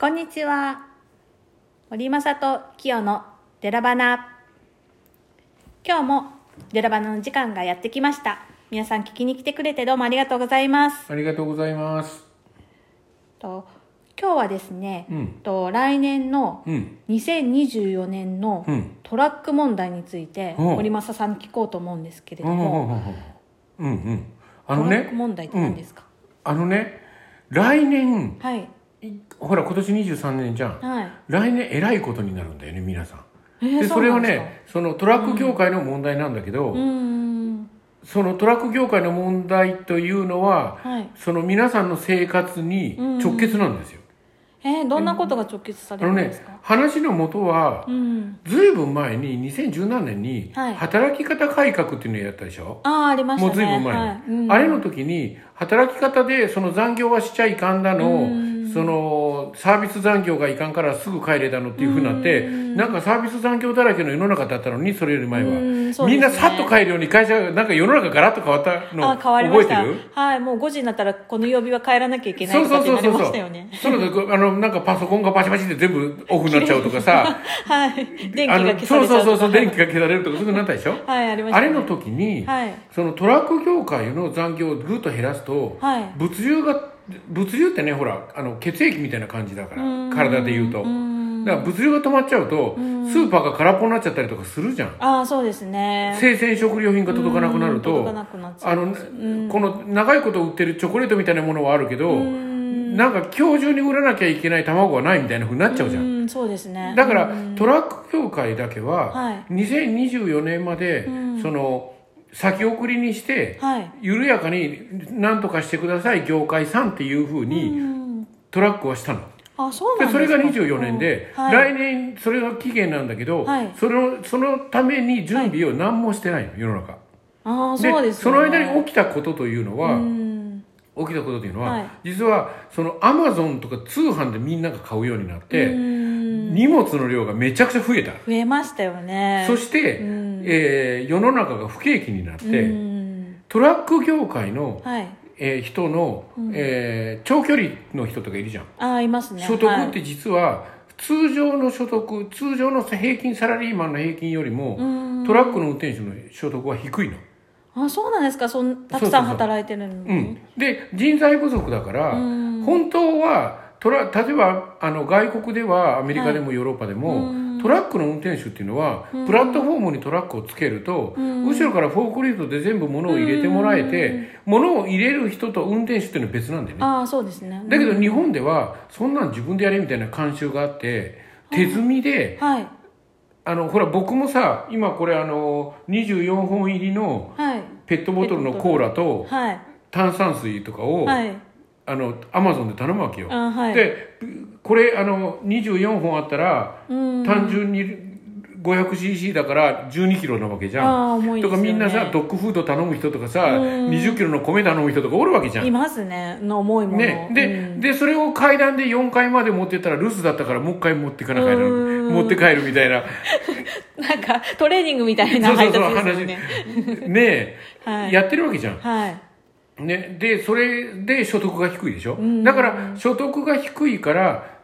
こんにちは。森正と清のデラバナ。今日もデラバナの時間がやってきました。皆さん聞きに来てくれてどうもありがとうございます。ありがとうございます。と今日はですね、うんと来年のうん。 2024年のうんトラック問題についてうん森正さんに聞こうと思うんですけれうどんうも、んうんうん。あトのラッねク、問題って何ですか、あのね、来年、はい。いほら、今年23年じゃん。はい。来年、えらいことになるんだよね、皆さん。えーで、それは、ね、そのトラック業界の問題なんだけど、そうなんですかそのトラック業界の問題というのは、うーん。はい。その皆さんの生活に直結なんですよ。えーどんなことが直結さあれるのんですねか、、話の元は、うん。ずいぶん前に2017年にはい働き方改革っていうのをやったでしょ、ああ、ありましたもね。うずいぶん前に、はいうんあれの時に働き方でその残業はしちゃいかんだの、うんそのサービス残業がいかんからすぐ帰れだのっていうふうになって、うんなんかサービス残業だらけの世の中だったのにそれより前は、うんそうですねみんなさっと帰るように会社がなんか世の中ガラッと変わったのあ変わりま覚えしてたるはい、もう5時になったらこの曜日は帰らなきゃいけないそうとかそっうてそうなりましそうそうたよね。 そうだあのなんかパソコンがバシバシって全部オフになっちゃうとかさはい、電気あがの消さそうれちゃうそうそうとそかう電気が消されるとかすぐなったでしょはい、ありましたあね。れの時に、はいそのトラック業界の残業をぐっと減らすと、はい物流が物流ってねほらあの血液みたいな感じだからうん体で言うとうんだから物流が止まっちゃうとスーパーが空っぽになっちゃったりとかするじゃんああ、そうですね。生鮮食料品が届かなくなるうんと届かなくなっちゃうあのこの長いこと売ってるチョコレートみたいなものはあるけどなんか今日中に売らなきゃいけない卵はないみたいなふうになっちゃうじゃんうん、そうですね。だからトラック協会だけはは2024年までその先送りにしてはい。緩やかに何とかしてください業界さんっていうふううにん。トラックはしたのあ、そうなんでですそかれが24年でうんはい。来年それが期限なんだけどはいそのそのために準備を何もしてないの世の中ああ、そうですね。その間に起きたことというのうはん。起きたことというのはいは実はそのアマゾンとか通販でみんなが買うようになっうてん荷物の量がめちゃくちゃ増えた増えましたよね。そして、うんえー世の中が不景気になって、うん。トラック業界の、はい。えー人の、えー長距離の人とかいるじゃん、ああ、いますね。所得はいって実は通常の所得通常の平均サラリーマンの平均よりも、うんトラックの運転手の所得は低いの、あそうなんですかそんたくさん働いてるのにうん、で人材不足だから、うん本当はトラ例えばあの外国ではアメリカでもヨーロッパでも、うんトラックの運転手っていうのは、プラットフォームにトラックをつけると、うん後ろからフォークリフトで全部物を入れてもらえて、物を入れる人と運転手っていうのは別なんだよねああそうですねだけどうん日本ではそんなん自分でやれみたいな慣習があって手積みではいあのほら僕もさ今これあの24本入りのはいペットボトルのコーラとはい炭酸水とかを、はいあのアマゾンで頼むわけよ、あはいでこれあの24本あったらうん単純に 500cc だから1 2キロなわけじゃん、ああ重いでとすかよねみんなさドッグフード頼む人とかさうん2 0キロの米頼む人とかおるわけじゃんいますねの重いものね、うでんでそれを階段で4階まで持ってったら留守だったからもう一回持ってかなきゃいけないうん持って帰るみたいななんかトレーニングみたいなそうそ配う達そうですよ話ねねはいやってるわけじゃん、はいね、でそれで所得が低いでしょだから所得が低いから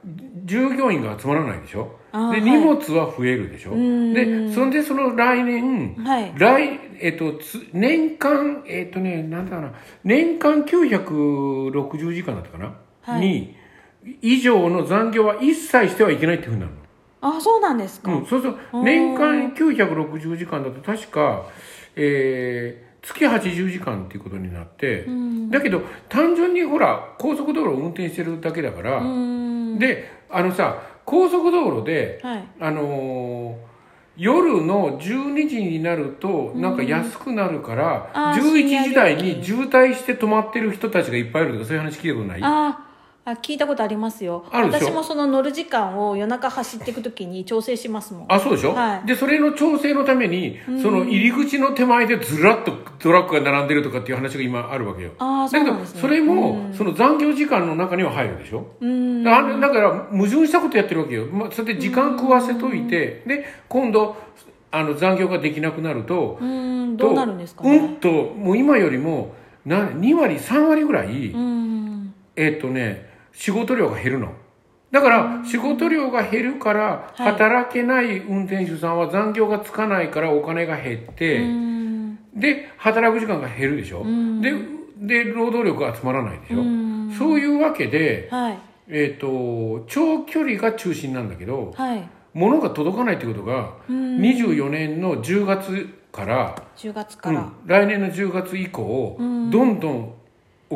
従業員が集まらないでしょあーではい荷物は増えるでしょんでそんでその来年はい来えっとつ年間えっとねなんだかな年間960時間だったかな、はいに以上の残業は一切してはいけないっていうふうになるあそうなんですかの、うん、そうそう年間960時間だと確か、えー月80時間っていうことになって、うんだけど単純にほら高速道路を運転してるだけだから、うんであのさ高速道路ではいあのー夜の12時になるとなんか安くなるから、あー深夜11時台料金に渋滞して止まってる人たちがいっぱいいるとかそういう話聞いたことないああ聞いたことありますよあるでしょ私もその乗る時間を夜中走っていくときに調整しますもんあそうでしょ、はいでそれの調整のために、その入り口の手前でずらっとトラックが並んでるとかっていう話が今あるわけよああそだうけなんどですねそれも、その残業時間の中には入るでしょうんだからだから矛盾したことやってるわけよ、まあ、それで時間食わせといてで今度あの残業ができなくなるとうんとどうなるんですかねうんともう今よりもな2割3割ぐらい、うんえっとね仕事量が減るのだから仕事量が減るからはい働けない運転手さんは残業がつかないからお金が減って、うんで働く時間が減るでしょ、うんでで労働力が集まらないでしょ、うんそういうわけで、はいえっと長距離が中心なんだけどはい物が届かないってことが、うん24年の10月から10月から、うん来年の10月以降、うんどんどん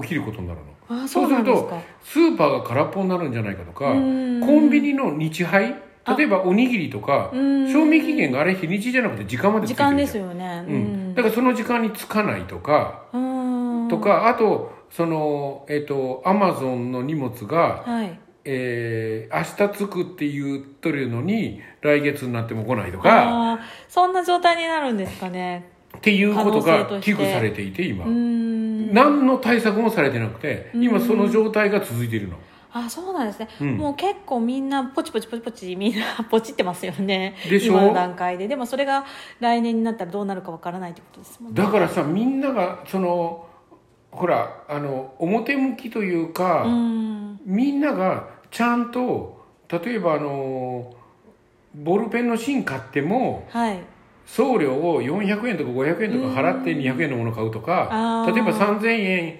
起きることになるの。あそうなんですかスーパーが空っぽになるんじゃないかとか、うんコンビニの日配例えばおにぎりとかうん賞味期限があれ日にちじゃなくて時間までつい時てるじゃ間んですよねうん、だからその時間につかないとか、うんとかあとそのえっ、とアマゾンの荷物が、はいえー明日着くって言っとるのに来月になっても来ないとかあーそんな状態になるんですかねっていう可こと能性がとして危惧されていて今、うん何の対策もされてなくて今その状態が続いているの。あそうなんですね、うんもう結構みんなポチポチポチポチみんなポチってますよねでしょ今の段階ででもそれが来年になったらどうなるかわからないってことですもんねだからさみんながそのほらあの表向きといううか、んみんながちゃんと例えばあのボールペンの芯買ってもはい送料を400円とか500円とか払って200円のもの買うとかあー例えば3000円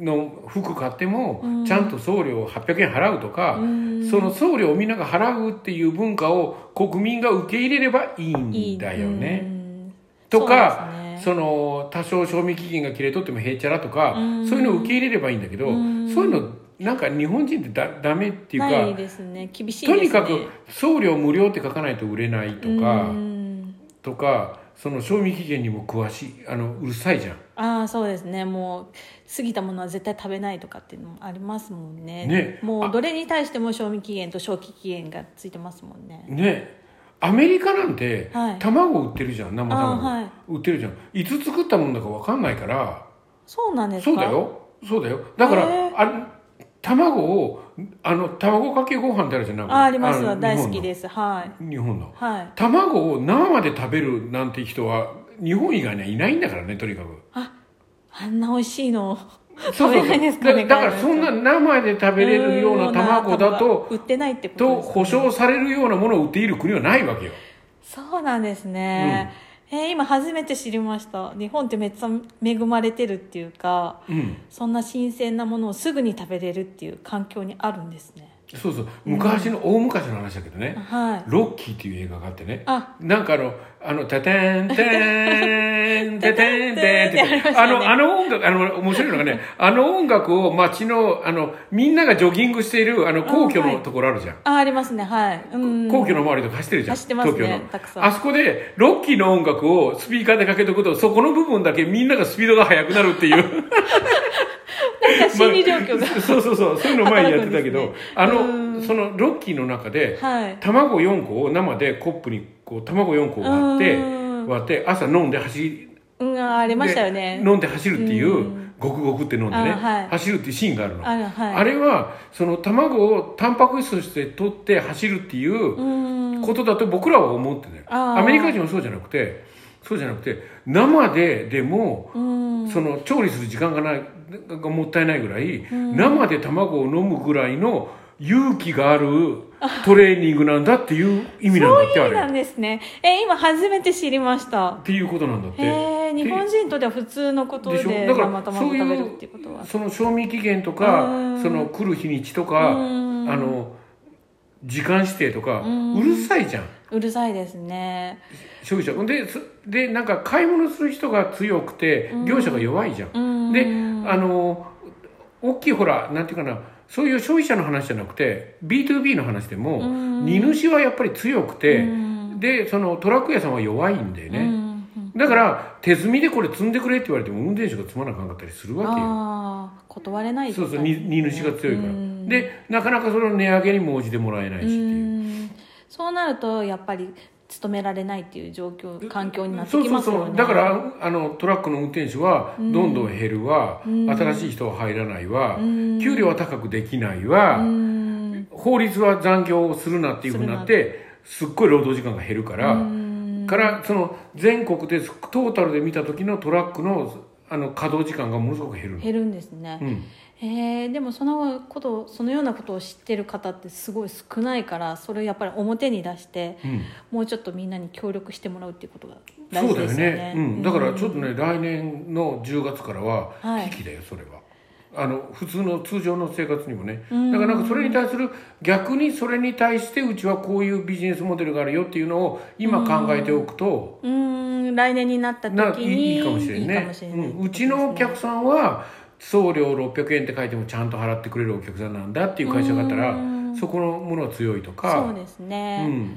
の服買ってもうんちゃんと送料800円払うとか、うんその送料をみんなが払うっていう文化を国民が受け入れればいいいんいだよね。うんとかそうそ,、ですねの多少賞味期限が切れとってもへっちゃらとか、うんそういうのを受け入れればいいんだけど、うんそういうのなんか日本人ってだダメっていうかないですね厳しいですとねにかく送料無料って書かないと売れないとか、うんとかその賞味期限にも詳しいあのうるさいじゃん。ああそうですねもう過ぎたものは絶対食べないとかっていうのもありますもんねねもうどれに対しても賞味期限と消費期限がついてますもんねねアメリカなんて、はい卵売ってるじゃん生あ卵、ーはい売ってるじゃんいつ作ったもんだか分かんないからそうなんですかそうだよそうだよだから、へーあ卵をあの卵かけご飯ってあるじゃんなんかあありますあわの大好き日本のですはい日本のはい卵を生で食べるなんて人は日本以外にはいないんだからねとにかくあんな美味しいのそ食うそべうないですかねだだからそんな生で食べれるような卵だと売ってないってこととですね保証されるようなものを売っている国はないわけよそうなんですね、えー今初めて知りました日本ってめっちゃ恵まれてるっていうかうんそんな新鮮なものをすぐに食べれるっていう環境にあるんですねそうそう昔の大昔の話だけどねはいロッキーっていう映画があってねあなんかあの、あの、タタン、タ タタンターンってーン、タタン、ターンってありましあたねの、あの音楽、あの、面白いの がね、あの音楽を街の、あの、みんながジョギングしている、あの、皇居あはのいところあるじゃん。あありますねはい、うん、皇居の周りとか走ってるじゃん。走ってますね東京の。たくさんあそこで、ロッキーの音楽をスピーカーでかけとくと、そこの部分だけみんながスピードが速くなるっ ていう。なんか心理状況が、そうそうそう、そういうの前にやってたけど、あ働くんの、その、ロッキーの中で、はい卵4個を生でコップに、こう、卵4個を割ってうん、割って、朝飲んで走り、うんあありましたよねで飲んで走るっていう、うんごくごくって飲んでね、あはい走るっていうシーンがあるのあ,、あるはいれはその卵をタンパク質として取って走るっていううんことだと僕らは思ってたよ、あーアメリカ人はそうじゃなくてそうじゃなくて生ででも、うんその調理する時間がないがもったいないぐらい、生で卵を飲むぐらいの勇気があるトレーニングなんだっていう意味なんだってそあうなれんですねえ今初めて知りましたっていうことなんだってへえ日本人とでは普通のことででしょだから生卵食べるっていうことはその賞味期限とかうんその来る日にちとかうあんの時間指定とかうんうるさいじゃんうるさいですね消費者でそでなんか買い物する人が強くてうん業者が弱いじゃんうんであの大きいほらなんていうかなそういう消費者の話じゃなくて B2B の話でもうん荷主はやっぱり強くうてんでそのトラック屋さんは弱いんだようねんうんだから手積みでこれ積んでくれって言われても運転手が積まなあかんかったりするわけよああ断れないそうそうに荷主が強いからうんでなかなかその値上げにも応じてもらえないしっていううんそうなるとやっぱり勤められないっていう状況環境になってそうきそまうすよねそうだからあのトラックの運転手はどんんどん減るわうん新しい人は入らないわうん給料は高くできないうわん法律は残業をするなっていうふうになってすっごい労働時間が減るかうらんからその全国でトータルで見た時のトラックのあの稼働時間がものすごく減るの減るんですね、うん、へえでもそのことそのようなことを知ってる方ってすごい少ないからそれをやっぱり表に出して、うん、もうちょっとみんなに協力してもらうっていうことが大そう事だでよすよねね、うん、だからちょっとね、ね、来年の10月からははい危機だよそれは。あの普通の通常の生活にもねうんだからなんかそれに対する逆にそれに対してうちはこういうビジネスモデルがあるよっていうのを今考えておくとうーん来年になったな時いにいいいかもしれんいいかねもしれないってうこんとうですちねのお客さんは送料600円って書いてもちゃんと払ってくれるお客さんなんだっていう会社があったらうんそこのものは強いとそうかですうね、ん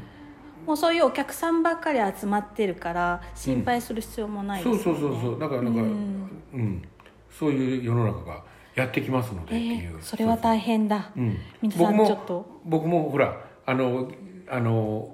もうそういうお客さんばっかり集まってるから心配する必要もないそうですそようねそうそうだからなんかうんうんそういう世の中がやってきますのでっえていー、うそれは大変だ、うん、皆さ僕んもちょっと僕もほらあのあの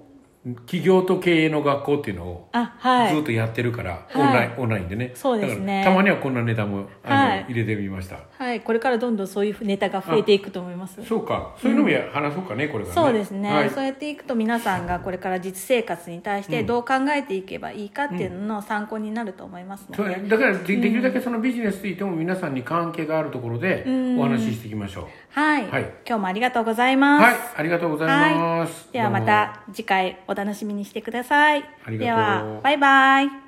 企業と経営の学校っていうのをあはずいっとやってるから、はいオンラインオンラインでねそうですねだからたまにはこんなネタもあの、はい入れてみましたはいこれからどんどんそういうネタが増えていくと思いますそうかそういうのもや話そうかね、これから、ね、そうですね、はい、そうやっていくと皆さんがこれから実生活に対してどう考えていけばいいかっていうのの参考になると思いますので、そうねだからでできるだけそのビジネスについても皆さんに関係があるところでお話ししていきましょう、はい、はい今日もありがとうございます、はいありがとうございます、ではまどうもた次回お楽しみにしてくださいありがとうではバイバイ